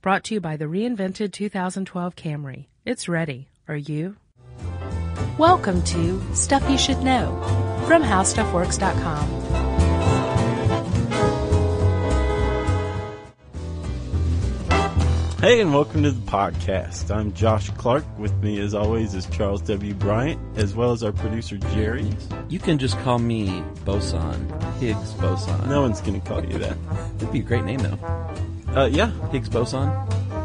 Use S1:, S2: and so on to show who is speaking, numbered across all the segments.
S1: Brought to you by the reinvented 2012 Camry. It's ready. Are you? Welcome to Stuff You Should Know from HowStuffWorks.com.
S2: Hey, and welcome to the podcast. I'm Josh Clark. With me, as always, is Charles W. Bryant, as well as our producer, Jerry.
S3: You can just call me Boson. Higgs Boson.
S2: No one's going to call you that.
S3: That'd be a great name, though.
S2: Uh, yeah.
S3: Higgs Boson.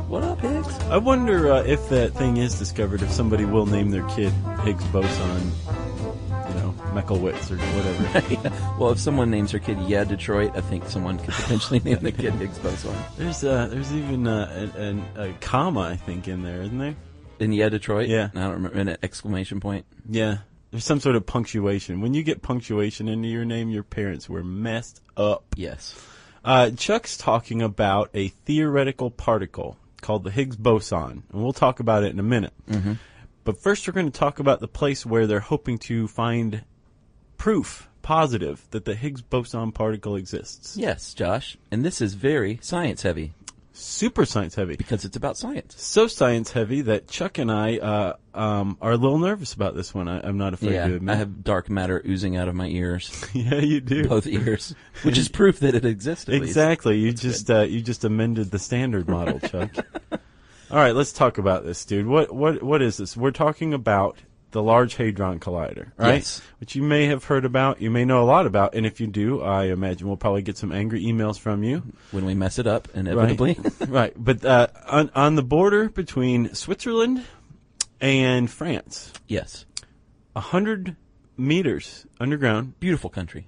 S3: What up, Higgs?
S2: I wonder uh, if that thing is discovered, if somebody will name their kid Higgs boson, you know, Meckelwitz or whatever.
S3: well, if someone names her kid Yeah Detroit, I think someone could potentially name the kid Higgs Boson.
S2: there's uh, there's even uh, an, an, a comma, I think, in there, isn't there?
S3: In Yeah Detroit?
S2: Yeah.
S3: I don't remember. In an exclamation point.
S2: Yeah. There's some sort of punctuation. When you get punctuation into your name, your parents were messed up.
S3: Yes.
S2: Uh, Chuck's talking about a theoretical particle called the Higgs boson, and we'll talk about it in a minute.
S3: Mm-hmm.
S2: But first, we're going to talk about the place where they're hoping to find proof, positive, that the Higgs boson particle exists.
S3: Yes, Josh. And this is very science heavy
S2: Super science heavy.
S3: because it's about science.
S2: So science heavy that Chuck and I uh, um, are a little nervous about this one. I, I'm not afraid to
S3: Yeah.
S2: admit.
S3: I have dark matter oozing out of my ears,
S2: yeah, you do.
S3: both ears, which is proof that it exists. at least.
S2: Exactly. You just uh, you just amended the standard model, Chuck. All right, let's talk about this, dude. What what what is this? We're talking about the Large Hadron Collider, right?
S3: Yes.
S2: Which you may have heard about, you may know a lot about, and if you do, I imagine we'll probably get some angry emails from you.
S3: When we mess it up,
S2: Right.
S3: inevitably.
S2: right. But uh, on on the border between Switzerland and France,
S3: yes.
S2: a hundred meters underground.
S3: Beautiful country.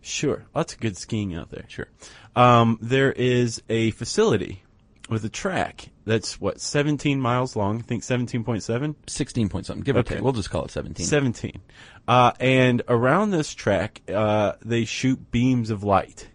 S2: Sure, lots of good skiing out there.
S3: Sure.
S2: um, there is a facility with a track that's what 17 miles long. I think 17.7.
S3: 16 point something. Give
S2: Okay.
S3: or take. We'll just call it 17.
S2: 17. Uh, and around this track, uh, they shoot beams of light.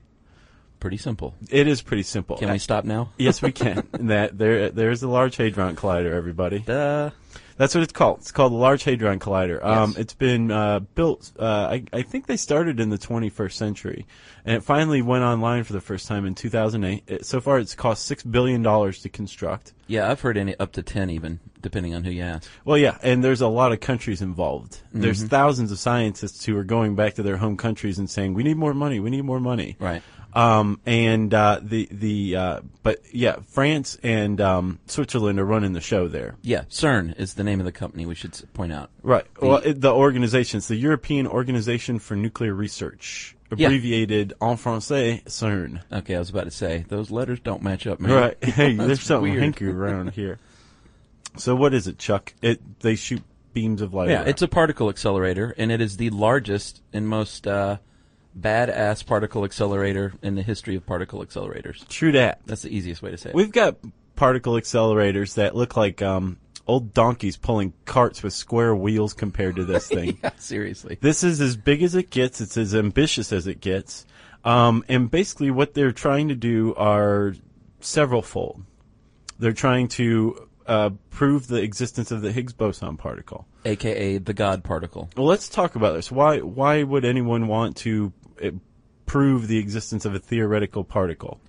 S3: Pretty simple.
S2: It is pretty simple.
S3: Can we stop now?
S2: yes, we can. And that there, there's the Large Hadron Collider. Everybody,
S3: Duh.
S2: that's what it's called. It's called the Large Hadron Collider. Um,
S3: Yes.
S2: it's been uh, built. Uh, I, I think they started in the 21st century, and it finally went online for the first time in 2008. It- so far, it's cost six billion dollars to construct.
S3: Yeah, I've heard any up to 10 even, depending on who you ask.
S2: Well, yeah, and there's a lot of countries involved. There's
S3: Mm-hmm.
S2: thousands of scientists who are going back to their home countries and saying, "We need more money. We need more money."
S3: Right.
S2: Um, and uh, the the uh, but yeah, France and um, Switzerland are running the show there.
S3: Yeah, CERN is the name of the company we should s- point out.
S2: Right. well, it, the organization, it's the European Organization for Nuclear Research,
S3: Yeah.
S2: abbreviated en français CERN.
S3: Okay, I was about to say, those letters don't match up, man.
S2: Right. Hey, there's something
S3: weird.
S2: hinky around here. So what is it, Chuck? It they shoot beams of light.
S3: Yeah,
S2: around.
S3: it's a particle accelerator, and it is the largest and most uh, badass particle accelerator in the history of particle accelerators.
S2: true that.
S3: That's the easiest way to say it.
S2: We've got particle accelerators that look like um, old donkeys pulling carts with square wheels compared to this thing.
S3: yeah, seriously.
S2: This is as big as it gets. It's as ambitious as it gets. Um, and basically, what they're trying to do are several fold. They're trying to uh, prove the existence of the Higgs boson particle.
S3: AKA the God particle.
S2: Well, let's talk about this. Why why would anyone want to uh, prove the existence of a theoretical particle?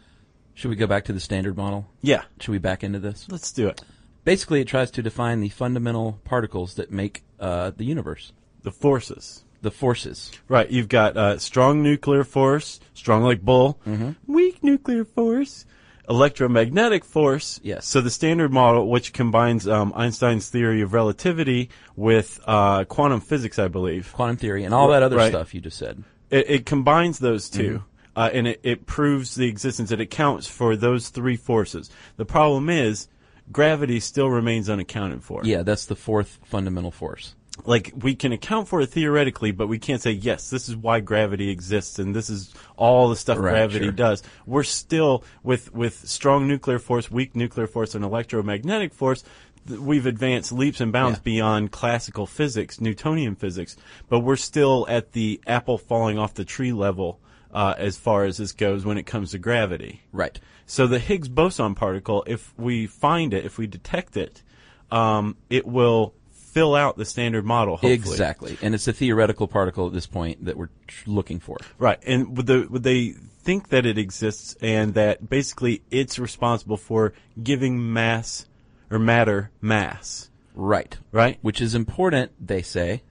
S3: Should we go back to the standard model?
S2: Yeah,
S3: Should we back into this?
S2: let's do it.
S3: Basically, it tries to define the fundamental particles that make uh, the universe,
S2: The forces.
S3: the forces.
S2: Right, you've got uh, strong nuclear force, strong like bull, weak nuclear force, electromagnetic force.
S3: Yes.
S2: So the standard model, which combines um, Einstein's theory of relativity with uh, quantum physics, I believe,
S3: quantum theory and all that other
S2: Right.
S3: stuff you just said.
S2: it, it combines those 2 uh, and it, it proves the existence. It accounts for those three forces. The problem is. Gravity still remains unaccounted for.
S3: Yeah, that's the fourth fundamental force.
S2: Like, we can account for it theoretically, but we can't say, yes, this is why gravity exists and this is all the stuff
S3: Right,
S2: gravity
S3: sure.
S2: does. We're still, with, with strong nuclear force, weak nuclear force, and electromagnetic force, th- we've advanced leaps and bounds
S3: Yeah.
S2: beyond classical physics, Newtonian physics, but we're still at the apple falling off the tree level uh, as far as this goes when it comes to gravity.
S3: Right.
S2: So the Higgs boson particle, if we find it, if we detect it, um, it will fill out the standard model. Hopefully.
S3: Exactly. And it's a theoretical particle at this point that we're tr- looking for.
S2: Right. And would, the, would they think that it exists and that basically it's responsible for giving mass or matter mass?
S3: Right.
S2: Right.
S3: Which is important, they say,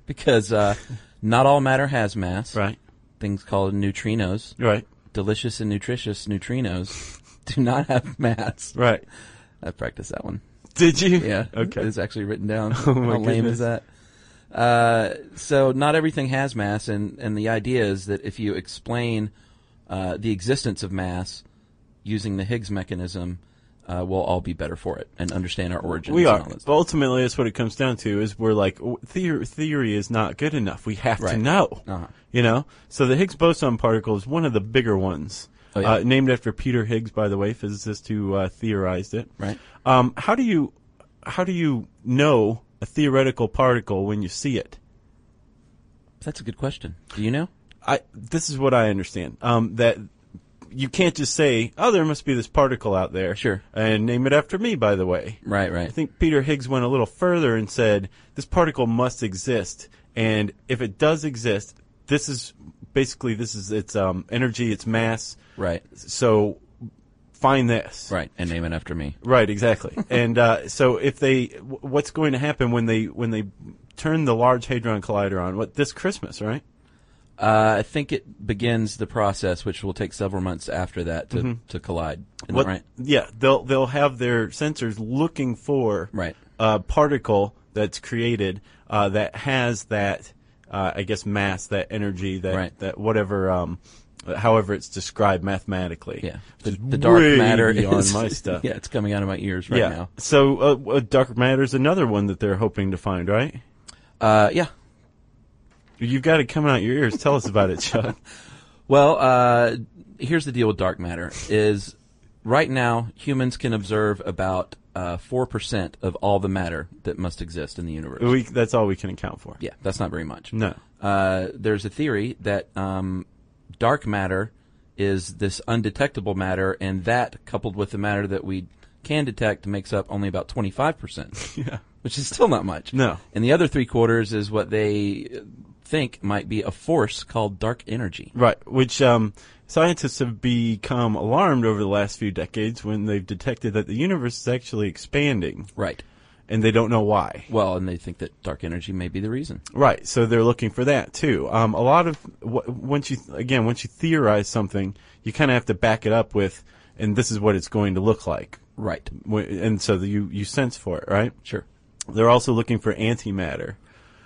S3: because uh, not all matter has mass.
S2: Right.
S3: Things called neutrinos,
S2: Right.
S3: delicious and nutritious neutrinos, do not have mass.
S2: Right.
S3: I practiced that one.
S2: Did you?
S3: Yeah.
S2: Okay. Oh
S3: It's actually written down.
S2: my
S3: How lame
S2: goodness.
S3: is that? Uh, so not everything has mass, and, and the idea is that if you explain uh, the existence of mass using the Higgs mechanism, uh, we'll all be better for it and understand our origins.
S2: We
S3: and
S2: are.
S3: all that stuff.
S2: But ultimately, that's what it comes down to: is we're like w- theory. Theory is not good enough. We have to
S3: Right.
S2: know.
S3: Uh-huh.
S2: You know. So the Higgs boson particle is one of the bigger ones.
S3: Oh, yeah.
S2: uh, named after Peter Higgs, by the way, physicist who uh, theorized it.
S3: Right.
S2: Um, how do you how do you know a theoretical particle when you see it?
S3: That's a good question. Do you know?
S2: I this is what I understand. Um, that you can't just say, "Oh, there must be this particle out there,"
S3: Sure.
S2: and name it after me. By the way,
S3: Right, right.
S2: I think Peter Higgs went a little further and said this particle must exist, and if it does exist, this is basically this is its um, energy, its mass.
S3: right,
S2: So find this.
S3: right. And name it after me.
S2: Right, exactly. and uh, so if they, w- what's going to happen when they when they turn the Large Hadron Collider on? What this Christmas, right?
S3: Uh, I think it begins the process, which will take several months after that to, to collide. Isn't that
S2: Mm-hmm. What-
S3: right?
S2: Yeah, they'll they'll have their sensors looking for
S3: Right.
S2: a particle that's created uh, that has that uh, I guess mass, that energy, that
S3: Right.
S2: that whatever. Um, however it's described mathematically.
S3: Yeah. The,
S2: Which is
S3: the dark
S2: way
S3: matter
S2: beyond
S3: is
S2: my stuff.
S3: Yeah, it's coming out of my ears right
S2: Yeah.
S3: now.
S2: So uh, uh, dark matter is another one that they're hoping to find, right?
S3: Uh, yeah.
S2: You've got it coming out your ears. Tell us about it, Chuck.
S3: Well, uh, here's the deal with dark matter: is right now humans can observe about uh, four percent of all the matter that must exist in the universe.
S2: We, that's all we can account for.
S3: Yeah, that's not very much.
S2: No.
S3: Uh, there's a theory that um, dark matter is this undetectable matter, and that coupled with the matter that we can detect makes up only about 25%,
S2: Yeah.
S3: which is still not much.
S2: No.
S3: And the other three quarters is what they uh, think might be a force called dark energy.
S2: Right, which um, scientists have become alarmed over the last few decades when they've detected that the universe is actually expanding
S3: Right.
S2: and they don't know why.
S3: Well, and they think that dark energy may be the reason.
S2: Right, so they're looking for that too. Um, a lot of wh- once you again once you theorize something, you kind of have to back it up with, and this is what it's going to look like,
S3: Right.
S2: Wh- and so the, you you sense for it, right?
S3: Sure.
S2: They're also looking for antimatter,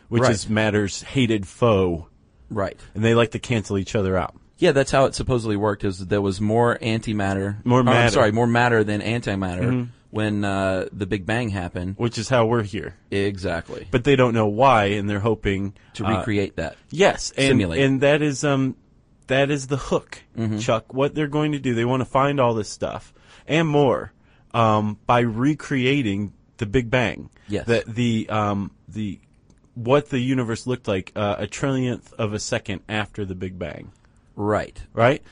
S2: which
S3: Right.
S2: is matter's hated foe,
S3: Right.
S2: and they like to cancel each other out.
S3: Yeah, that's how it supposedly worked. Is there was more antimatter,
S2: More
S3: or,
S2: matter. Mm-hmm.
S3: I'm sorry, more matter than antimatter when uh, the Big Bang happened.
S2: which is how we're here.
S3: Exactly.
S2: But they don't know why, and they're hoping
S3: to
S2: uh,
S3: recreate that.
S2: yes, and
S3: simulate. Mm-hmm.
S2: and that is um, that is the hook, Chuck. What they're going to do, they want to find all this stuff and more um, by recreating the Big Bang.
S3: Yes.
S2: the the um, the what the universe looked like uh, a trillionth of a second after the Big Bang.
S3: Right.
S2: Right.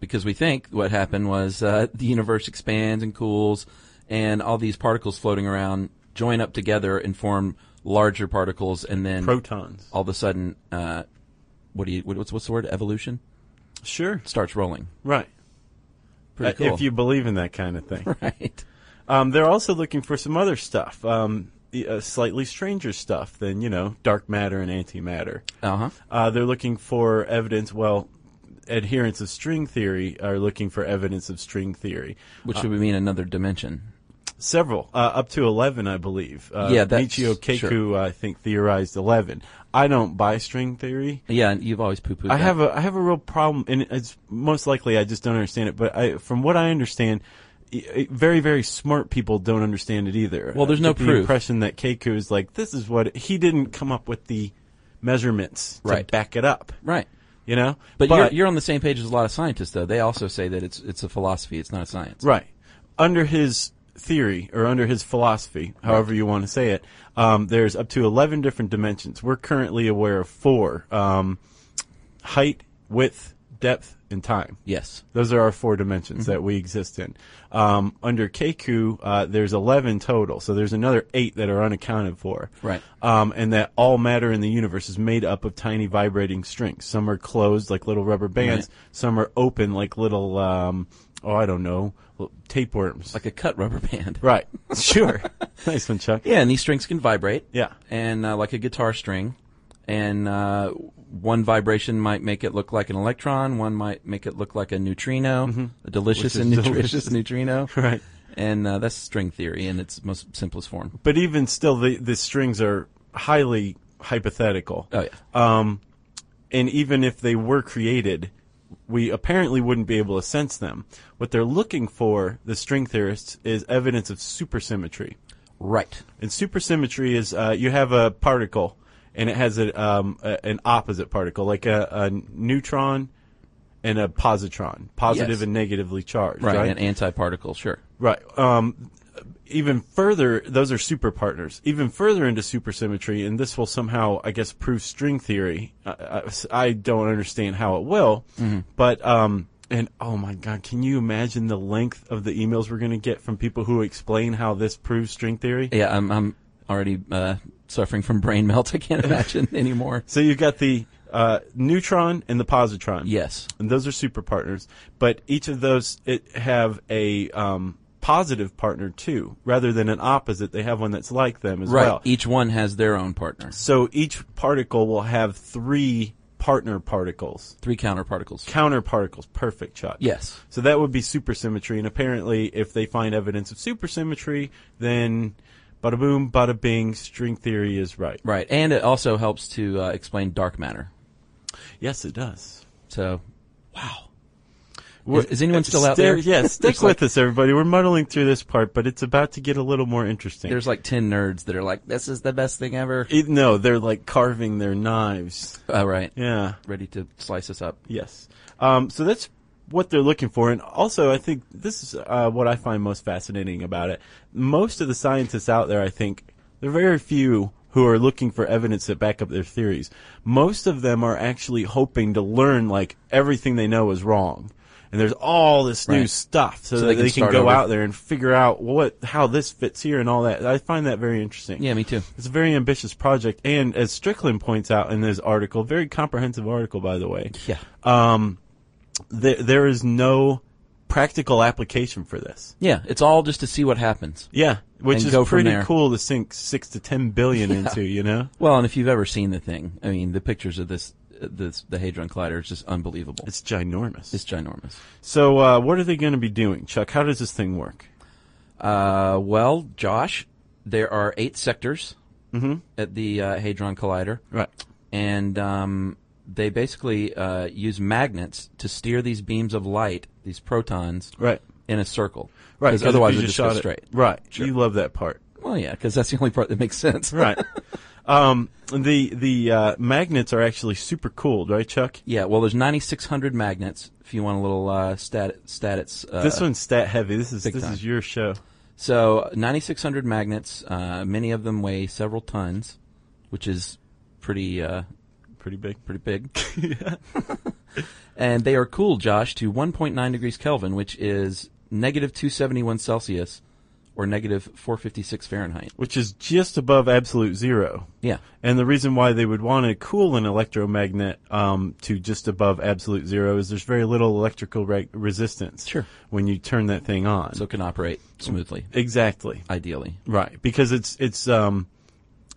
S3: Because we think what happened was uh, the universe expands and cools, and all these particles floating around join up together and form larger particles, and then
S2: Protons.
S3: all of a sudden, uh, what do you what, what's what's the word? Evolution
S2: Sure.
S3: starts rolling.
S2: Right.
S3: Pretty
S2: Uh,
S3: cool.
S2: If you believe in that kind of thing.
S3: right.
S2: Um, they're also looking for some other stuff, um, the- uh, slightly stranger stuff than you know dark matter and antimatter.
S3: Uh huh.
S2: Uh, they're looking for evidence. Well, adherents of string theory are looking for evidence of string theory.
S3: Which would mean another dimension.
S2: Several, uh, up to eleven, I believe. Uh,
S3: Yeah, that's-
S2: Michio Kaku,
S3: sure.
S2: I think, theorized eleven. I don't buy string theory.
S3: Yeah, and you've always poo pooed.
S2: I have a I have a real problem, and it's most likely I just don't understand it. But I, from what I understand, i- i- very very smart people don't understand it either.
S3: Well, there's
S2: I
S3: no
S2: get the
S3: proof.
S2: Impression that Keiko is like this is what he didn't come up with the measurements
S3: Right.
S2: to back it up.
S3: right.
S2: You know,
S3: But, you're, you're on the same page as a lot of scientists, though. They also say that it's it's a philosophy. It's not a science.
S2: Right. Under his theory or under his philosophy, however you want to say it, um, there's up to 11 different dimensions. We're currently aware of four um, height, width, depth, in time.
S3: Yes.
S2: Those are our four dimensions that
S3: Mm-hmm.
S2: we exist in. Um, under Keku, uh, there's 11 total, so there's another eight that are unaccounted for.
S3: Right.
S2: Um, and that all matter in the universe is made up of tiny vibrating strings. Some are closed like little rubber bands. Some are open like little, um, oh, I don't know, l- tapeworms.
S3: Like a cut rubber band.
S2: right. Sure. nice one, Chuck.
S3: Yeah, and these strings can vibrate.
S2: Yeah.
S3: And uh, like a guitar string. And uh, one vibration might make it look like an electron, one might make it look like a neutrino, a
S2: Mm-hmm. Which
S3: delicious
S2: is
S3: and nutritious
S2: delicious.
S3: neutrino.
S2: Right.
S3: And uh, that's string theory in its most simplest form.
S2: But even still, the, the strings are highly hypothetical.
S3: Oh, yeah.
S2: and even if they were created, we apparently wouldn't be able to sense them. What they're looking for, the string theorists, is evidence of supersymmetry.
S3: right.
S2: And supersymmetry is uh, you have a particle and it has a, um, a, an opposite particle, like a, a neutron and a positron, positive
S3: Yes.
S2: and negatively charged.
S3: Right.
S2: Right.
S3: An antiparticle, sure.
S2: Right. Um, even further, those are super partners. Even further into supersymmetry, and this will somehow, I guess, prove string theory. I, I, I don't understand how it will, but um, and oh my god, can you imagine the length of the emails we're going to get from people who explain how this proves string theory?
S3: Yeah, I'm, I'm already uh, suffering from brain melt. I can't imagine anymore.
S2: So you've got the uh, neutron and the positron.
S3: Yes.
S2: and those are super partners. But each of those it have a um, positive partner too, rather than an opposite. They have one that's like them as
S3: Right.
S2: well.
S3: Each one has their own partner.
S2: So each particle will have three partner particles,
S3: Three counterparticles.
S2: counter particles. Perfect, Chuck.
S3: Yes.
S2: So that would be supersymmetry, and apparently, if they find evidence of supersymmetry, then bada boom, bada bing, string theory is right.
S3: Right. And it also helps to uh, explain dark matter.
S2: Yes, it does.
S3: So
S2: We're-
S3: is anyone still out there?
S2: Yeah, stick
S3: There's like-
S2: with us, everybody. We're muddling through this part, but it's about to get a little more interesting.
S3: there's like 10 nerds that are like, this is the best thing ever.
S2: It- no, they're like carving their knives.
S3: All right.
S2: Yeah.
S3: Ready to slice us up.
S2: Yes. Um, so that's what they're looking for. And also, I think this is uh, what I find most fascinating about it. Most of the scientists out there, I think, there are very few who are looking for evidence to back up their theories. Most of them are actually hoping to learn, like, everything they know is wrong. And there's all this new
S3: Right.
S2: stuff so,
S3: So
S2: that
S3: they
S2: they
S3: can
S2: can,
S3: start
S2: go
S3: over.
S2: out there and figure out what, how this fits here and all that. I find that very interesting.
S3: Yeah, me too.
S2: It's a very ambitious project, and as Strickland points out in this article, very comprehensive article, by the way,
S3: Yeah.
S2: there, there is no practical application for this.
S3: yeah. It's all just to see what happens.
S2: Yeah, which
S3: And
S2: is
S3: go from
S2: pretty
S3: there.
S2: cool to sink six to ten billion into, you know?
S3: Well, and if you've ever seen the thing, I mean, the pictures of this, uh, this the Hadron Collider is just unbelievable. It's,
S2: It's ginormous.
S3: ginormous.
S2: so, uh, what are they going to be doing, Chuck? How does this thing work?
S3: Uh, well, Josh, there are eight sectors at the uh, Hadron Collider.
S2: Right.
S3: and um, they basically uh, use magnets to steer these beams of light, these protons,
S2: Right.
S3: in a circle.
S2: Right.
S3: Because
S2: 'cause if
S3: otherwise
S2: you
S3: it just goes
S2: shot
S3: straight.
S2: Right. You love that part.
S3: Well, yeah, because that's the only part that makes sense.
S2: Right. um, the the uh, magnets are actually super cooled, right, Chuck?
S3: Yeah. Well, there's 9,600 magnets. If you want a little uh, stat stats. Uh,
S2: This one's stat heavy. This is
S3: big
S2: this
S3: time.
S2: is your show.
S3: So 9,600 magnets. Uh, many of them weigh several tons, which is pretty uh,
S2: Pretty big.
S3: pretty big. and they are cooled, Josh, to 1.9 degrees Kelvin, which is negative 271 Celsius or negative 456 Fahrenheit.
S2: which is just above absolute zero.
S3: Yeah.
S2: And the reason why they would want to cool an electromagnet um, to just above absolute zero is there's very little electrical re- resistance
S3: Sure.
S2: when you turn that thing on.
S3: So it can operate smoothly,
S2: exactly.
S3: ideally.
S2: Right. Because it's it's um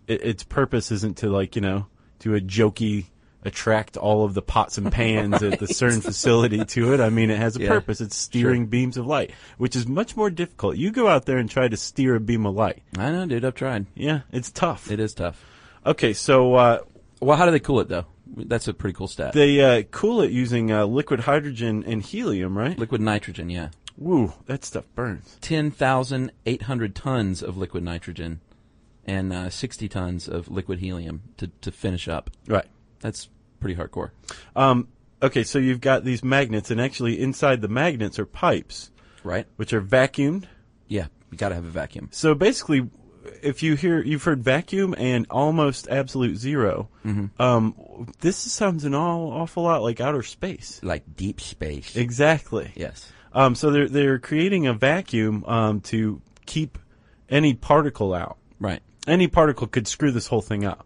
S2: it, its purpose isn't to like, you know, do a jokey attract all of the pots and pans at the CERN facility to it. I mean, it has a
S3: Yeah.
S2: purpose. It's steering beams of light, which is much more difficult. You go out there and try to steer a beam of light.
S3: I know, dude. I've tried.
S2: Yeah, it's tough.
S3: It is tough.
S2: Okay, so uh,
S3: Well, how do they cool it, though? That's a pretty cool stat.
S2: They uh, cool it using uh, liquid hydrogen and helium, right?
S3: liquid nitrogen, yeah.
S2: Woo, that stuff burns.
S3: 10,800 tons of liquid nitrogen and uh, 60 tons of liquid helium to, to finish up.
S2: Right.
S3: That's pretty hardcore.
S2: Um, okay, so you've got these magnets, and actually inside the magnets are pipes,
S3: Right?
S2: which are vacuumed.
S3: Yeah. You got to have a vacuum.
S2: So basically, if you hear you've heard vacuum and almost absolute 0 um, this sounds an all, awful lot like outer space.
S3: Like deep space.
S2: Exactly.
S3: yes.
S2: Um, so they're they're creating a vacuum um, to keep any particle out.
S3: Right.
S2: Any particle could screw this whole thing up.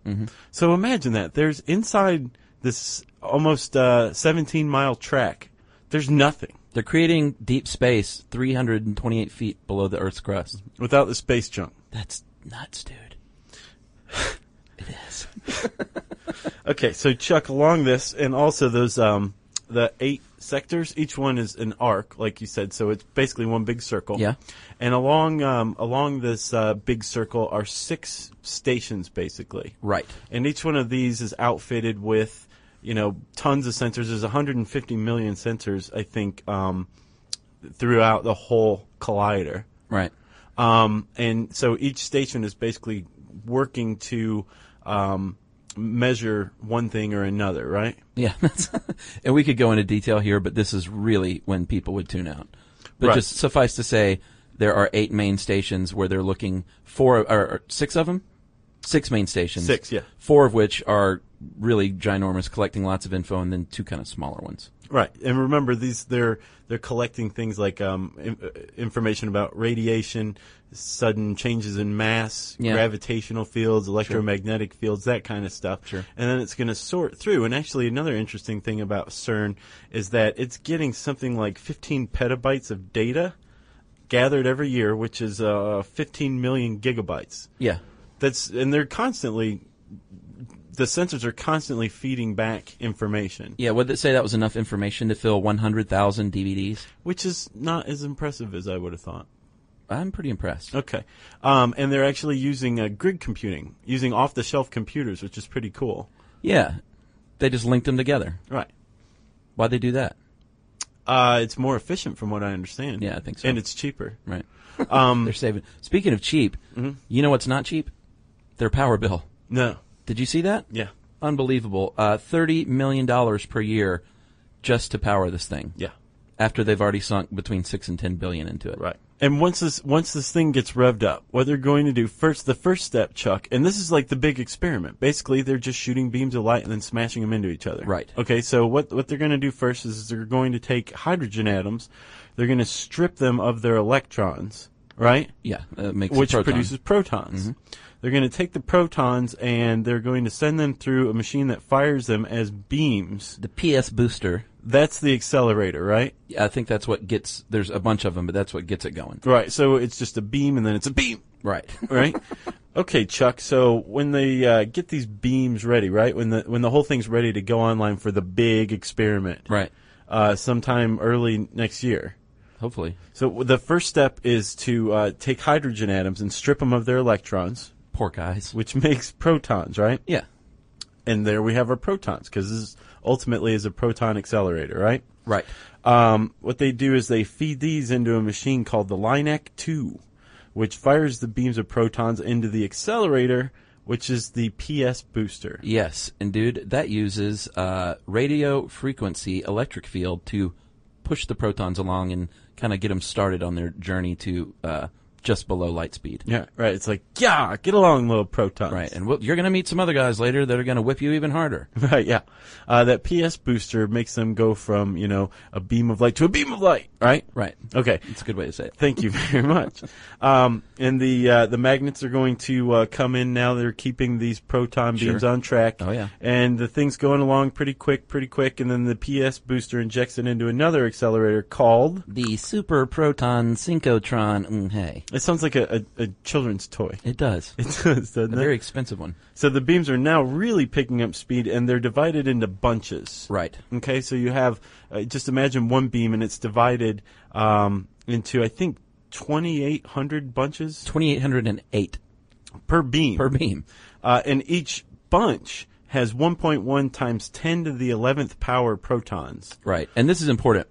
S2: So imagine that there's inside this almost uh, 17 mile track. There's nothing
S3: They're creating deep space 328 feet below the Earth's crust.
S2: without the space junk.
S3: That's nuts, dude. it is.
S2: Okay, so Chuck, along this, and also those um, the eight sectors, each one is an arc, like you said. So it's basically one big circle.
S3: Yeah.
S2: And along um, along this uh, big circle are six stations, basically.
S3: Right.
S2: And each one of these is outfitted with, you know, tons of sensors. There's 150 million sensors, I think, um, throughout the whole collider.
S3: Right.
S2: Um, and so each station is basically working to um, measure one thing or another, right?
S3: Yeah, that's, and we could go into detail here, but this is really when people would tune out. But
S2: Right.
S3: just suffice to say, there are eight main stations where they're looking four or, or six of them, six main stations,
S2: Six, yeah.
S3: four of which are really ginormous, collecting lots of info, and then two kind of smaller ones.
S2: Right. And remember, these they're they're collecting things like um, in, uh, information about radiation, sudden changes in mass,
S3: Yeah.
S2: gravitational fields, electromagnetic fields, that kind of stuff. Sure. And then it's going to sort through. And actually, another interesting thing about CERN is that it's getting something like 15 petabytes of data gathered every year, which is uh, 15 million gigabytes.
S3: Yeah,
S2: That's and they're constantly the sensors are constantly feeding back information.
S3: yeah. Would it say that was enough information to fill one hundred thousand DVDs?
S2: which is not as impressive as I would have thought.
S3: I'm pretty impressed.
S2: Okay, um, and they're actually using uh, grid computing, using off-the-shelf computers, which is pretty cool.
S3: Yeah, they just linked them together.
S2: Right.
S3: Why would they do that?
S2: Uh, it's more efficient, from what I understand.
S3: Yeah, I think so.
S2: And it's cheaper.
S3: Right.
S2: Um,
S3: they're saving. Speaking of cheap,
S2: Mm-hmm.
S3: you know what's not cheap? Their power bill.
S2: No.
S3: Did you see that?
S2: Yeah.
S3: Unbelievable. Uh, Thirty million dollars per year just to power this thing.
S2: Yeah.
S3: After they've already sunk between six and ten billion into it.
S2: Right. And once this once this thing gets revved up, what they're going to do first, the first step, Chuck, and this is like the big experiment. Basically, they're just shooting beams of light and then smashing them into each other.
S3: Right.
S2: Okay. So what what they're going to do first is they're going to take hydrogen atoms, they're going to strip them of their electrons. Right.
S3: Yeah. Uh, makes a
S2: which
S3: proton. Mm-hmm.
S2: produces protons. They're going to take the protons and they're going to send them through a machine that fires them as beams.
S3: the PS booster.
S2: That's the accelerator, right?
S3: I think that's what gets. There's a bunch of them, but that's what gets it going.
S2: Right. So it's just a beam and then it's a beam,
S3: Right.
S2: right? okay, Chuck. So when they uh, get these beams ready, right? When the when the whole thing's ready to go online for the big experiment,
S3: right.
S2: Uh, sometime early next year.
S3: Hopefully.
S2: So w- the first step is to uh, take hydrogen atoms and strip them of their electrons,
S3: Poor guys.
S2: which makes protons, right?
S3: Yeah.
S2: and there we have our protons because this is ultimately is a proton accelerator, right?
S3: Right.
S2: Um, what they do is they feed these into a machine called the Linac 2, which fires the beams of protons into the accelerator, which is the PS booster.
S3: Yes, and dude, that uses uh, radio frequency electric field to push the protons along and kind of get them started on their journey to uh, just below light speed.
S2: Yeah, right. It's like, yeah, get along, little protons.
S3: Right, and we'll, you're going to meet some other guys later that are going to whip you even harder.
S2: Right, yeah. Uh, that PS booster makes them go from, you know, a beam of light to a beam of light, right?
S3: Right,
S2: Okay.
S3: it's a good way to say it.
S2: Thank you very much. Um, and the uh, the magnets are going to uh, come in now. They're keeping these proton beams on track.
S3: Oh, yeah.
S2: And the thing's going along pretty quick, pretty quick. And then the PS booster injects it into another accelerator called.
S3: The super proton synchrotron. Mm, hey,
S2: It sounds like a, a, a children's toy.
S3: it does.
S2: It does, doesn't
S3: A
S2: it?
S3: very expensive one.
S2: so the beams are now really picking up speed, and they're divided into bunches.
S3: Right.
S2: Okay, so you have uh, just imagine one beam, and it's divided um, into I think twenty eight hundred bunches
S3: Twenty eight hundred and eight
S2: per beam.
S3: per beam.
S2: uh, and each bunch has 1.1 times 10 to the 11th power protons.
S3: Right, and this is important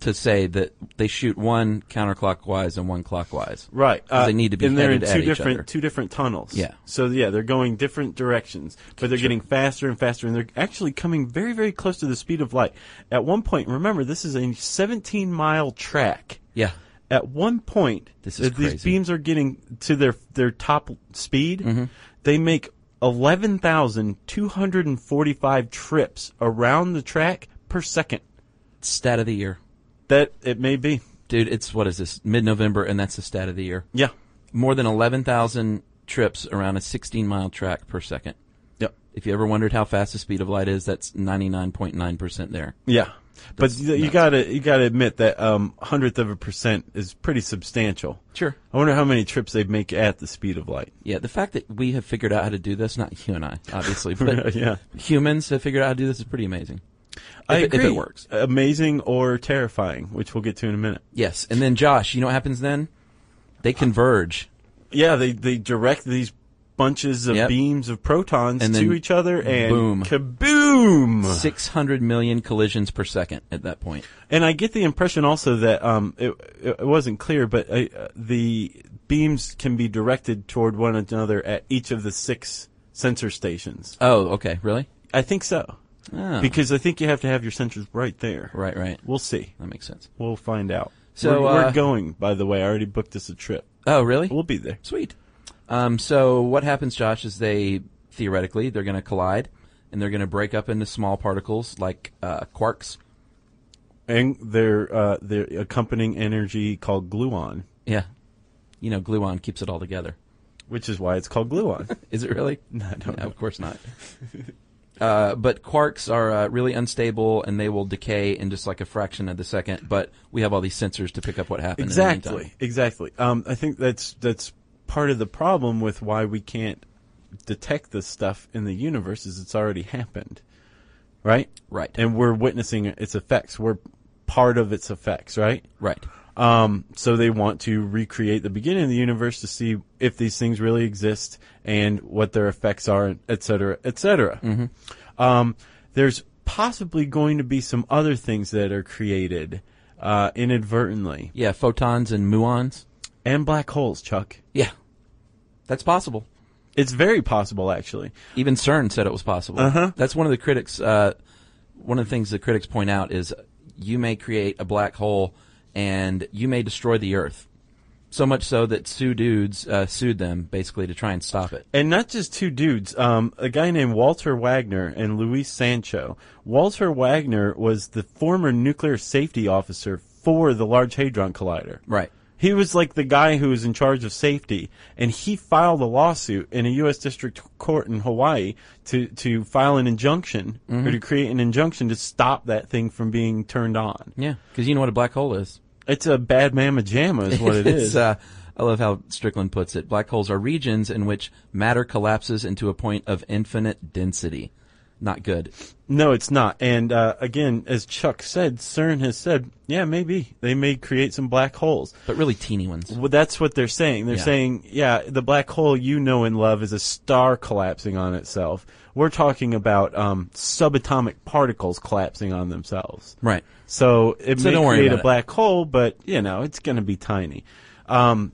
S3: to say that they shoot one counterclockwise and one clockwise.
S2: Right,
S3: So they need to be
S2: Uh, and they're in
S3: headed at
S2: two
S3: each
S2: different
S3: other.
S2: two different tunnels.
S3: Yeah.
S2: So yeah, they're going different directions, but they're getting faster and faster, and they're actually coming very very close to the speed of light. At one point, remember this is a 17 mile track.
S3: Yeah.
S2: At one point,
S3: This is
S2: if these
S3: crazy. Mm-hmm.
S2: beams are getting to their their top speed. They make eleven thousand two hundred and forty five trips around the track per second.
S3: Stat of the year.
S2: That it may be.
S3: Dude, it's what is this? Mid November, and that's the stat of the year.
S2: Yeah.
S3: More than 11,000 trips around a 16 mile track per second.
S2: Yep.
S3: If you ever wondered how fast the speed of light is, that's 99.9% there.
S2: Yeah. But you, you gotta you gotta admit that um, hundredth of a percent is pretty substantial.
S3: Sure.
S2: I wonder how many trips they make at the speed of light.
S3: Yeah, the fact that we have figured out how to do this, not you and I, obviously, but
S2: Yeah.
S3: humans have figured out how to do this is pretty amazing.
S2: I
S3: it- if it
S2: agree.
S3: works.
S2: amazing or terrifying, which we'll get to in a minute.
S3: Yes. And then, Josh, you know what happens then? They converge.
S2: Yeah, they they direct these bunches of
S3: Yep.
S2: beams of protons
S3: And
S2: to
S3: then
S2: each other, and
S3: boom.
S2: kaboom!
S3: 600 million collisions per second at that point.
S2: And I get the impression also that um, it it wasn't clear, but I, uh, the beams can be directed toward one another at each of the six sensor stations.
S3: Oh, okay. Really?
S2: I think so,
S3: Oh,
S2: because I think you have to have your sensors right there.
S3: right, right.
S2: We'll see.
S3: That makes sense.
S2: We'll find out.
S3: So,
S2: we're, we're
S3: uh,
S2: going. By the way, I already booked us a trip.
S3: Oh, really?
S2: We'll be there.
S3: Sweet. Um, so what happens, Josh, is they theoretically they're going to collide and they're going to break up into small particles like uh, quarks.
S2: and their uh, their accompanying energy called gluon,
S3: Yeah, you know, gluon keeps it all together.
S2: which is why it's called gluon.
S3: Is it really?
S2: I don't
S3: no,
S2: know.
S3: of course not. uh, but quarks are uh, really unstable and they will decay in just like a fraction of the second. But we have all these sensors to pick up what happened. in the meantime.
S2: exactly, exactly. Um, I think that's that's part of the problem with why we can't detect this stuff in the universe is it's already happened, right?
S3: Right.
S2: And we're witnessing its effects. We're part of its effects, right?
S3: Right.
S2: Um, so they want to recreate the beginning of the universe to see if these things really exist and what their effects are, et cetera, et cetera. Um, there's possibly going to be some other things that are created uh, inadvertently
S3: Yeah, photons and muons.
S2: and black holes, Chuck.
S3: Yeah, that's possible.
S2: It's very possible, actually.
S3: Even CERN said it was possible.
S2: Uh-huh.
S3: That's one of the critics. Uh, one of the things the critics point out is you may create a black hole and you may destroy the Earth. So much so that Sue dudes uh, sued them basically to try and stop it.
S2: And not just two dudes. Um, a guy named Walter Wagner and Luis Sancho. Walter Wagner was the former nuclear safety officer for the Large Hadron Collider.
S3: Right.
S2: He was like the guy who was in charge of safety, and he filed a lawsuit in a U.S. district court in Hawaii to to file an injunction or to create an injunction to stop that thing from being turned on.
S3: Yeah, because you know what a black hole is.
S2: It's a bad mamma jamma, is what it
S3: It's,
S2: is.
S3: Uh, I love how Strickland puts it. Black holes are regions in which matter collapses into a point of infinite density. Not good.
S2: no, it's not. And uh, again, as Chuck said, CERN has said, yeah, maybe they may create some black holes.
S3: But really teeny ones.
S2: Well, that's what they're saying. They're
S3: Yeah.
S2: saying, yeah, the black hole you know and love is a star collapsing on itself. We're talking about um, subatomic particles collapsing on themselves.
S3: Right.
S2: So it
S3: So
S2: may
S3: don't worry
S2: create a
S3: about it.
S2: black hole, but you know it's going to be tiny. Um,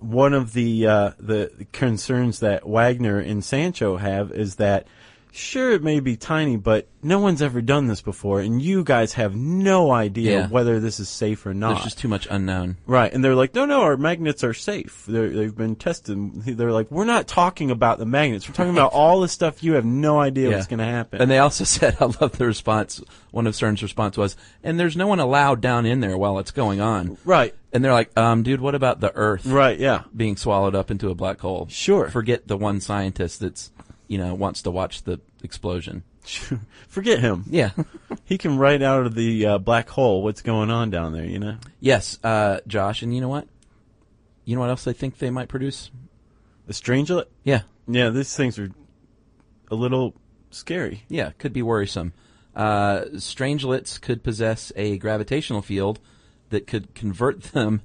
S2: one of the uh, the concerns that Wagner and Sancho have is that sure it may be tiny, but no one's ever done this before, and you guys have no idea
S3: Yeah.
S2: whether this is safe or not.
S3: There's just too much unknown.
S2: Right, and they're like, no, no, our magnets are safe. They're, they've been tested. They're like, we're not talking about the magnets. We're talking about all the stuff you have no idea what's going to happen.
S3: And they also said, I love the response. One of CERN's response was, and there's no one allowed down in there while it's going on.
S2: right,
S3: And they're like, um, dude, what about the Earth
S2: right, yeah,
S3: being swallowed up into a black hole?
S2: Sure.
S3: Forget the one scientist that's, you know, wants to watch the explosion.
S2: Forget him.
S3: Yeah.
S2: He can write out of the uh, black hole what's going on down there. You know,
S3: yes, uh, Josh. And you know what? You know what else they think they might produce?
S2: Estrangelet.
S3: Yeah.
S2: Yeah, these things are a little scary.
S3: Yeah. Could be worrisome. Uh, strangelets could possess a gravitational field that could convert them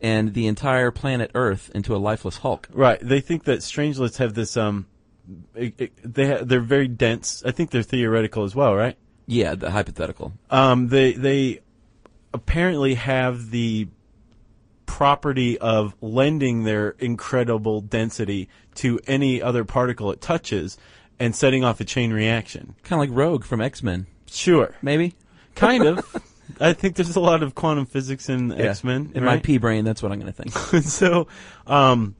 S3: and the entire planet Earth into a lifeless Hulk.
S2: Right. They think that strangelets have this. Um, it, it, they ha- they're very dense. I think they're theoretical as well, right?
S3: Yeah, the hypothetical.
S2: Um, they they apparently have the property of lending their incredible density to any other particle it touches and setting off a chain reaction.
S3: Kind of like Rogue from X Men.
S2: Sure,
S3: Maybe?
S2: kind of. I think there's a lot of quantum physics in X Men.
S3: In my
S2: right?
S3: pea brain, that's what I'm going to think.
S2: so um,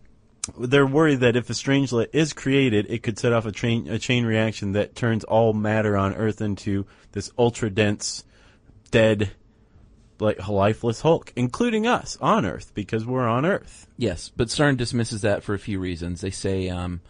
S2: they're worried that if estrangelet is created, it could set off a chain a chain reaction that turns all matter on Earth into this ultra dense, dead, like lifeless Hulk, including us on Earth because we're on Earth.
S3: Yes, but CERN dismisses that for a few reasons. They say, um,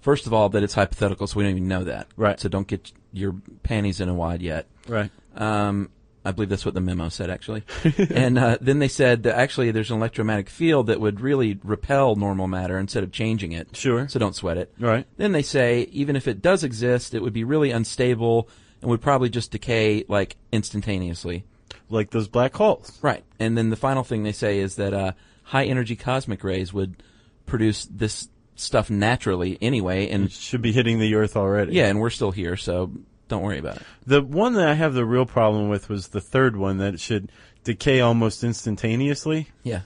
S3: first of all, that it's hypothetical, so we don't even know that.
S2: Right.
S3: So don't get your panties in a wad yet.
S2: Right.
S3: Um, I believe that's what the memo said, actually. and uh, then they said that actually there's an electromagnetic field that would really repel normal matter instead of changing it.
S2: Sure.
S3: So don't sweat it.
S2: Right.
S3: Then they say even if it does exist, it would be really unstable and would probably just decay like instantaneously.
S2: Like those black holes.
S3: Right. And then the final thing they say is that uh, high energy cosmic rays would produce this stuff naturally anyway, and
S2: Should be hitting the Earth already.
S3: yeah, and we're still here, so don't worry about it.
S2: The one that I have the real problem with was the third one that it should decay almost instantaneously.
S3: Yeah.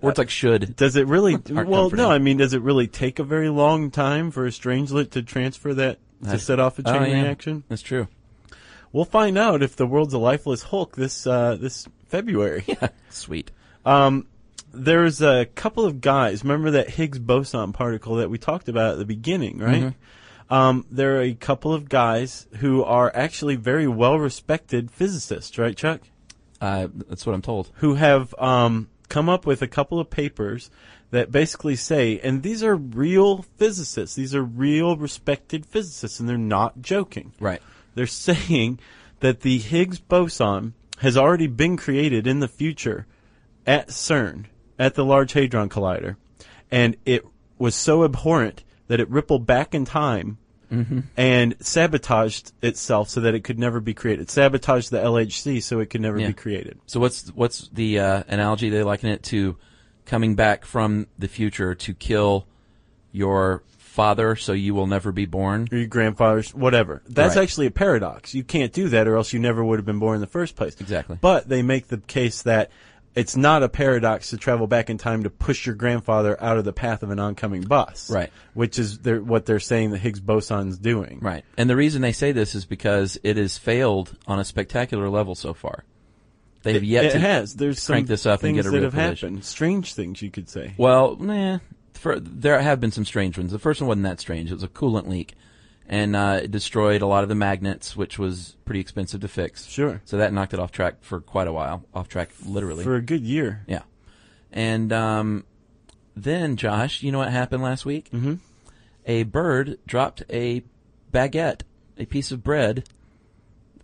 S3: Or it's like should.
S2: Does it really?
S3: Aren't
S2: well,
S3: comforting.
S2: no. I mean, does it really take a very long time for a strangelet to transfer that to
S3: That-
S2: set off a chain
S3: Oh, yeah.
S2: reaction?
S3: That's true.
S2: We'll find out if the world's a lifeless Hulk this uh, this February.
S3: Sweet.
S2: There's a couple of guys. Remember that Higgs boson particle that we talked about at the beginning, right?
S3: Mm-hmm.
S2: Um, there are a couple of guys who are actually very well respected physicists, right, Chuck?
S3: Uh, that's what I'm told.
S2: who have um, come up with a couple of papers that basically say, and these are real physicists, these are real respected physicists, and they're not joking.
S3: Right.
S2: They're saying that the Higgs boson has already been created in the future at CERN, at the Large Hadron Collider, and it was so abhorrent that it rippled back in time.
S3: Mm-hmm.
S2: And sabotaged itself so that it could never be created. Sabotaged the LHC so it could never
S3: Yeah.
S2: be created.
S3: So what's what's the uh, analogy they liken it to? Coming back from the future to kill your father, so you will never be born.
S2: or your grandfather's, whatever. That's
S3: Right.
S2: actually a paradox. You can't do that, or else you never would have been born in the first place.
S3: Exactly.
S2: But they make the case that it's not a paradox to travel back in time to push your grandfather out of the path of an oncoming bus.
S3: Right.
S2: Which is their, what they're saying the Higgs boson's doing.
S3: Right. And the reason they say this is because it has failed on a spectacular level so far. They have yet
S2: it
S3: to
S2: has. There's some
S3: crank this up and
S2: things
S3: get a
S2: that
S3: real
S2: have
S3: collision.
S2: happened. Strange things, you could say.
S3: Well, nah. For, there have been some strange ones. The first one wasn't that strange. It was a coolant leak, and uh, it destroyed a lot of the magnets, which was pretty expensive to fix.
S2: Sure.
S3: So that knocked it off track for quite a while. Off track, literally.
S2: For a good year.
S3: Yeah. And um, then, Josh, you know what happened last week? Mm-hmm. A bird dropped a baguette, a piece of bread,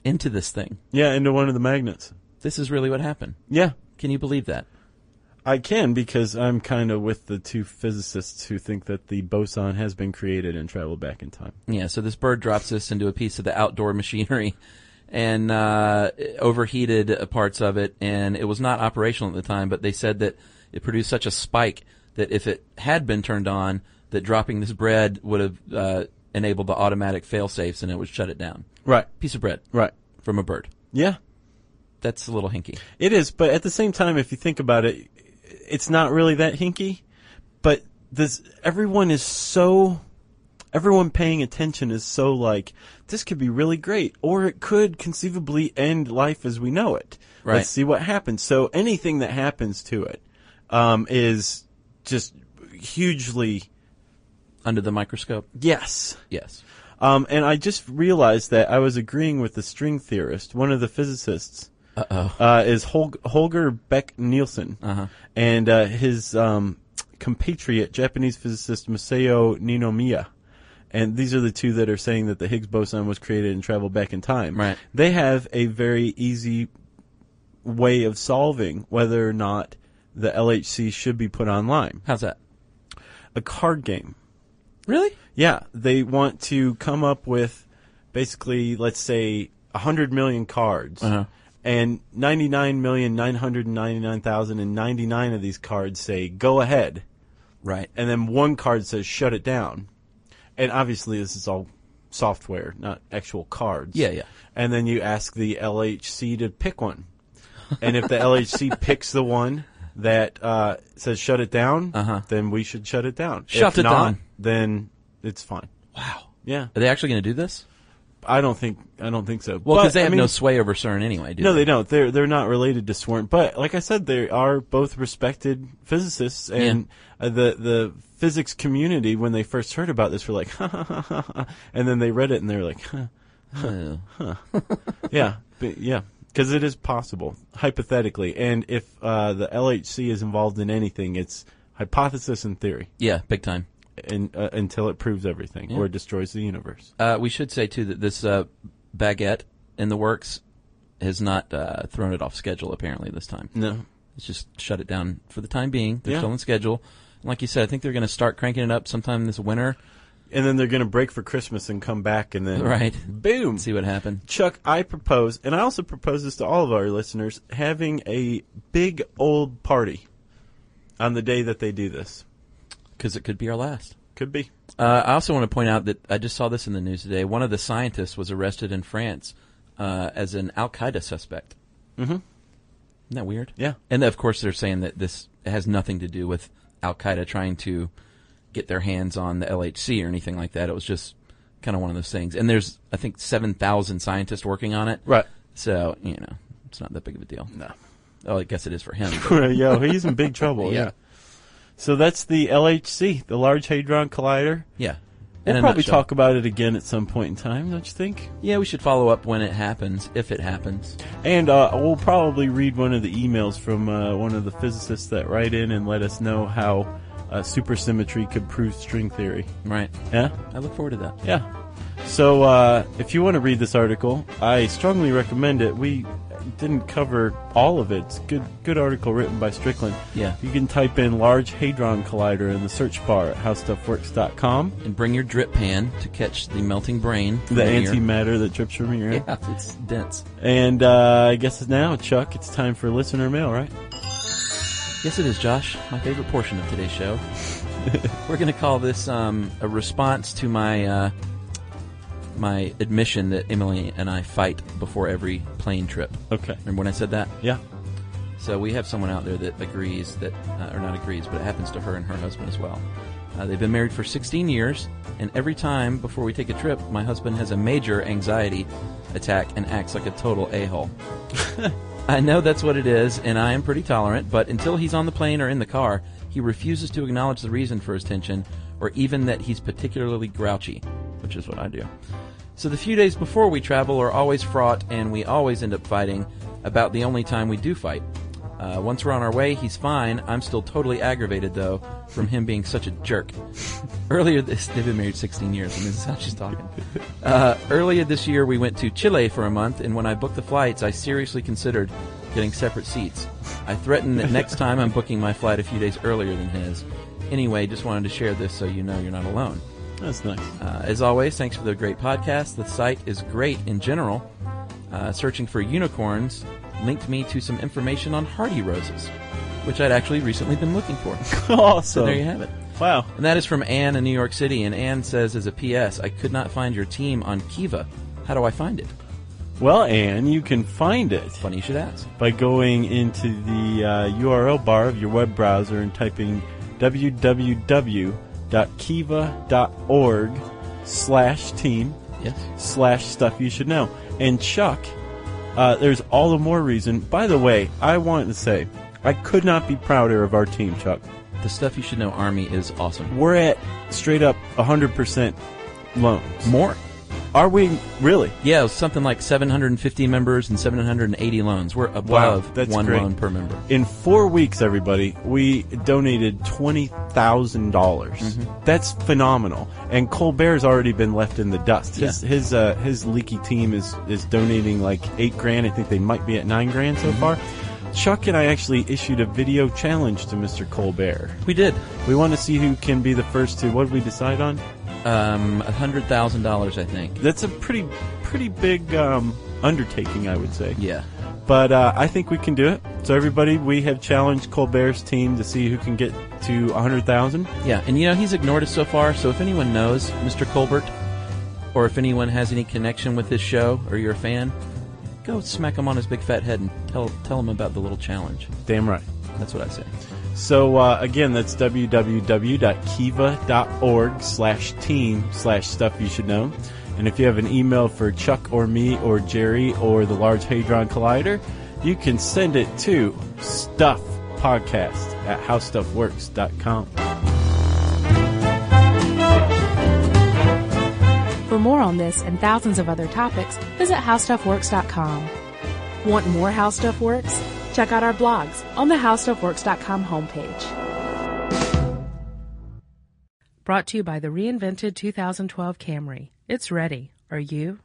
S3: into this thing.
S2: Yeah, into one of the magnets.
S3: This is really what happened.
S2: Yeah.
S3: Can you believe that?
S2: I can because I'm kind of with the two physicists who think that the boson has been created and traveled back in time.
S3: Yeah, so this bird drops this into a piece of the outdoor machinery and uh, overheated uh, parts of it, and it was not operational at the time, but they said that it produced such a spike that if it had been turned on, that dropping this bread would have uh, enabled the automatic fail safes and it would shut it down.
S2: Right.
S3: Piece of bread
S2: Right.
S3: from a bird.
S2: Yeah,
S3: That's a little hinky.
S2: it is. But at the same time, if you think about it, it's not really that hinky. But this, everyone is so, everyone paying attention is so like, this could be really great, or it could conceivably end life as we know it.
S3: Right.
S2: Let's see what happens. So anything that happens to it um, is just hugely
S3: Under the microscope?
S2: yes.
S3: Yes.
S2: Um, and I just realized that I was agreeing with the string theorist, one of the physicists.
S3: Uh-oh.
S2: uh, is Hol- Holger Beck Nielsen,
S3: Uh-huh.
S2: and uh, his um, compatriot, Japanese physicist Masao Ninomiya. And these are the two that are saying that the Higgs boson was created and traveled back in time.
S3: Right.
S2: They have a very easy way of solving whether or not the LHC should be put online.
S3: How's that?
S2: A card game.
S3: Really?
S2: Yeah, they want to come up with basically, let's say, 100 million cards.
S3: Uh-huh.
S2: And 99,999,099 of these cards say, go ahead.
S3: Right.
S2: And then one card says, shut it down. And obviously, this is all software, not actual cards.
S3: Yeah, yeah.
S2: And then you ask the LHC to pick one. And if the LHC picks the one that uh, says, shut it down,
S3: Uh-huh.
S2: then we should shut it down.
S3: Shut
S2: if
S3: it
S2: not,
S3: down.
S2: then it's fine.
S3: Wow.
S2: Yeah.
S3: Are they actually going to do this?
S2: I don't think I don't think so.
S3: Well,
S2: But,
S3: because they
S2: I
S3: have
S2: mean,
S3: no sway over CERN anyway, do
S2: No,
S3: they?
S2: they don't. They're they're not related to Swarm, but like I said, they are both respected physicists, and uh, the the physics community when they first heard about this were like, ha, ha, ha, ha, ha. and then they read it and they were like, huh,
S3: Oh.
S2: yeah, but yeah, because it is possible hypothetically, and if uh, the LHC is involved in anything, it's hypothesis and theory,
S3: Yeah, big time.
S2: and uh, until it proves everything
S3: Yeah.
S2: or destroys the universe.
S3: Uh, we should say too that this uh, baguette in the works has not uh, thrown it off schedule. Apparently, this time
S2: No,
S3: it's just shut it down for the time being. They're
S2: Yeah.
S3: still on schedule. And like you said, I think they're going to start cranking it up sometime this winter.
S2: and then they're gonna break for Christmas and come back, and then
S3: Right.
S2: boom,
S3: See what happens.
S2: Chuck, I propose, and I also propose this to all of our listeners, having a big old party on the day that they do this.
S3: because it could be our last.
S2: Could be.
S3: Uh, I also want to point out that I just saw this in the news today. One of the scientists was arrested in France uh, as an Al Qaeda suspect. Mm-hmm. Isn't that weird?
S2: Yeah.
S3: And of course, they're saying that this has nothing to do with Al Qaeda trying to get their hands on the LHC or anything like that. It was just kind of one of those things. And there's, I think, 7,000 scientists working on it.
S2: Right.
S3: So, you know, it's not that big of a deal.
S2: No.
S3: Oh, I guess it is for him. but-
S2: Yo, he's in big trouble.
S3: Yeah.
S2: So that's the LHC, the Large Hadron Collider.
S3: yeah. In
S2: We'll
S3: a
S2: probably
S3: nutshell.
S2: talk about it again at some point in time, don't you think?
S3: Yeah, we should follow up when it happens, if it happens.
S2: And uh, we'll probably read one of the emails from uh, one of the physicists that write in and let us know how uh, supersymmetry could prove string theory.
S3: Right.
S2: Yeah?
S3: I look forward to that.
S2: Yeah. So uh, if you want to read this article, I strongly recommend it. We didn't cover all of it. It's a good, good article written by Strickland.
S3: Yeah.
S2: You can type in Large Hadron Collider in the search bar at howstuffworks.com.
S3: And bring your drip pan to catch the melting brain.
S2: The
S3: from here.
S2: antimatter that drips from your ear.
S3: Yeah, it's dense.
S2: And uh, I guess now, Chuck, it's time for listener mail, right?
S3: Yes, it is, Josh. My favorite portion of today's show. We're going to call this um, a response to my uh, my admission that Emily and I fight before every plane trip.
S2: Okay.
S3: Remember when I said that?
S2: Yeah.
S3: So we have someone out there that agrees that, uh, or not agrees, but it happens to her and her husband as well. Uh, they've been married for 16 years, and every time before we take a trip, my husband has a major anxiety attack and acts like a total a hole. I know that's what it is, and I am pretty tolerant, but until he's on the plane or in the car, he refuses to acknowledge the reason for his tension, or even that he's particularly grouchy, which is what I do. So the few days before we travel are always fraught, and we always end up fighting about the only time we do fight. Uh, once we're on our way, he's fine. I'm still totally aggravated, though, from him being such a jerk. Earlier this, they've been married 16 years, and this is how she's talking. Uh, earlier this year, we went to Chile for a month, and when I booked the flights, I seriously considered getting separate seats. I threatened that next time I'm booking my flight a few days earlier than his. Anyway, just wanted to share this so you know you're not alone.
S2: That's nice.
S3: Uh, as always, thanks for the great podcast. The site is great in general. Uh, searching for unicorns linked me to some information on hardy roses, which I'd actually recently been looking for.
S2: awesome.
S3: So there you have it.
S2: Wow.
S3: And that is from Anne in New York City. And Anne says, as a PS, I could not find your team on Kiva. How do I find it?
S2: Well, Anne, you can find it.
S3: Funny you should ask.
S2: by going into the uh, URL bar of your web browser and typing www.kiva.org slash team
S3: Yes.
S2: slash stuff you should know. And Chuck, uh, there's all the more reason. By the way, I want to say, I could not be prouder of our team, Chuck.
S3: The Stuff You Should Know Army is awesome.
S2: We're at straight up 100% loans.
S3: More.
S2: Are we really?
S3: Yeah, it was something like 750 members and 780 loans. We're above
S2: that's
S3: one
S2: great.
S3: loan per member.
S2: In four weeks, everybody, we donated twenty dollars.
S3: Mm-hmm.
S2: That's phenomenal. And Colbert's already been left in the dust. His
S3: Yeah.
S2: his uh, his leaky team is is donating like eight grand. I think they might be at nine grand
S3: Mm-hmm.
S2: so far. Chuck and I actually issued a video challenge to Mr. Colbert.
S3: We did.
S2: We want to see who can be the first to. What did we decide on?
S3: Um, hundred thousand dollars, I think.
S2: That's a pretty pretty big um, undertaking, I would say.
S3: Yeah,
S2: But uh, I think we can do it. So everybody, we have challenged Colbert's team to see who can get to 100,000.
S3: yeah. And you know, he's ignored us so far. So if anyone knows Mr. Colbert, or if anyone has any connection with his show, or you're a fan, go smack him on his big fat head and tell tell him about the little challenge.
S2: Damn right.
S3: That's what I say.
S2: So uh, again, that's www.kiva.org slash team slash stuff you should know. And if you have an email for Chuck or me or Jerry or the Large Hadron Collider, you can send it to stuffpodcast at howstuffworks.com.
S1: For more on this and thousands of other topics, visit howstuffworks.com. Want more How Stuff Works? Check out our blogs on the howstuffworks.com homepage. Brought to you by the reinvented 2012 Camry. It's ready. Are you?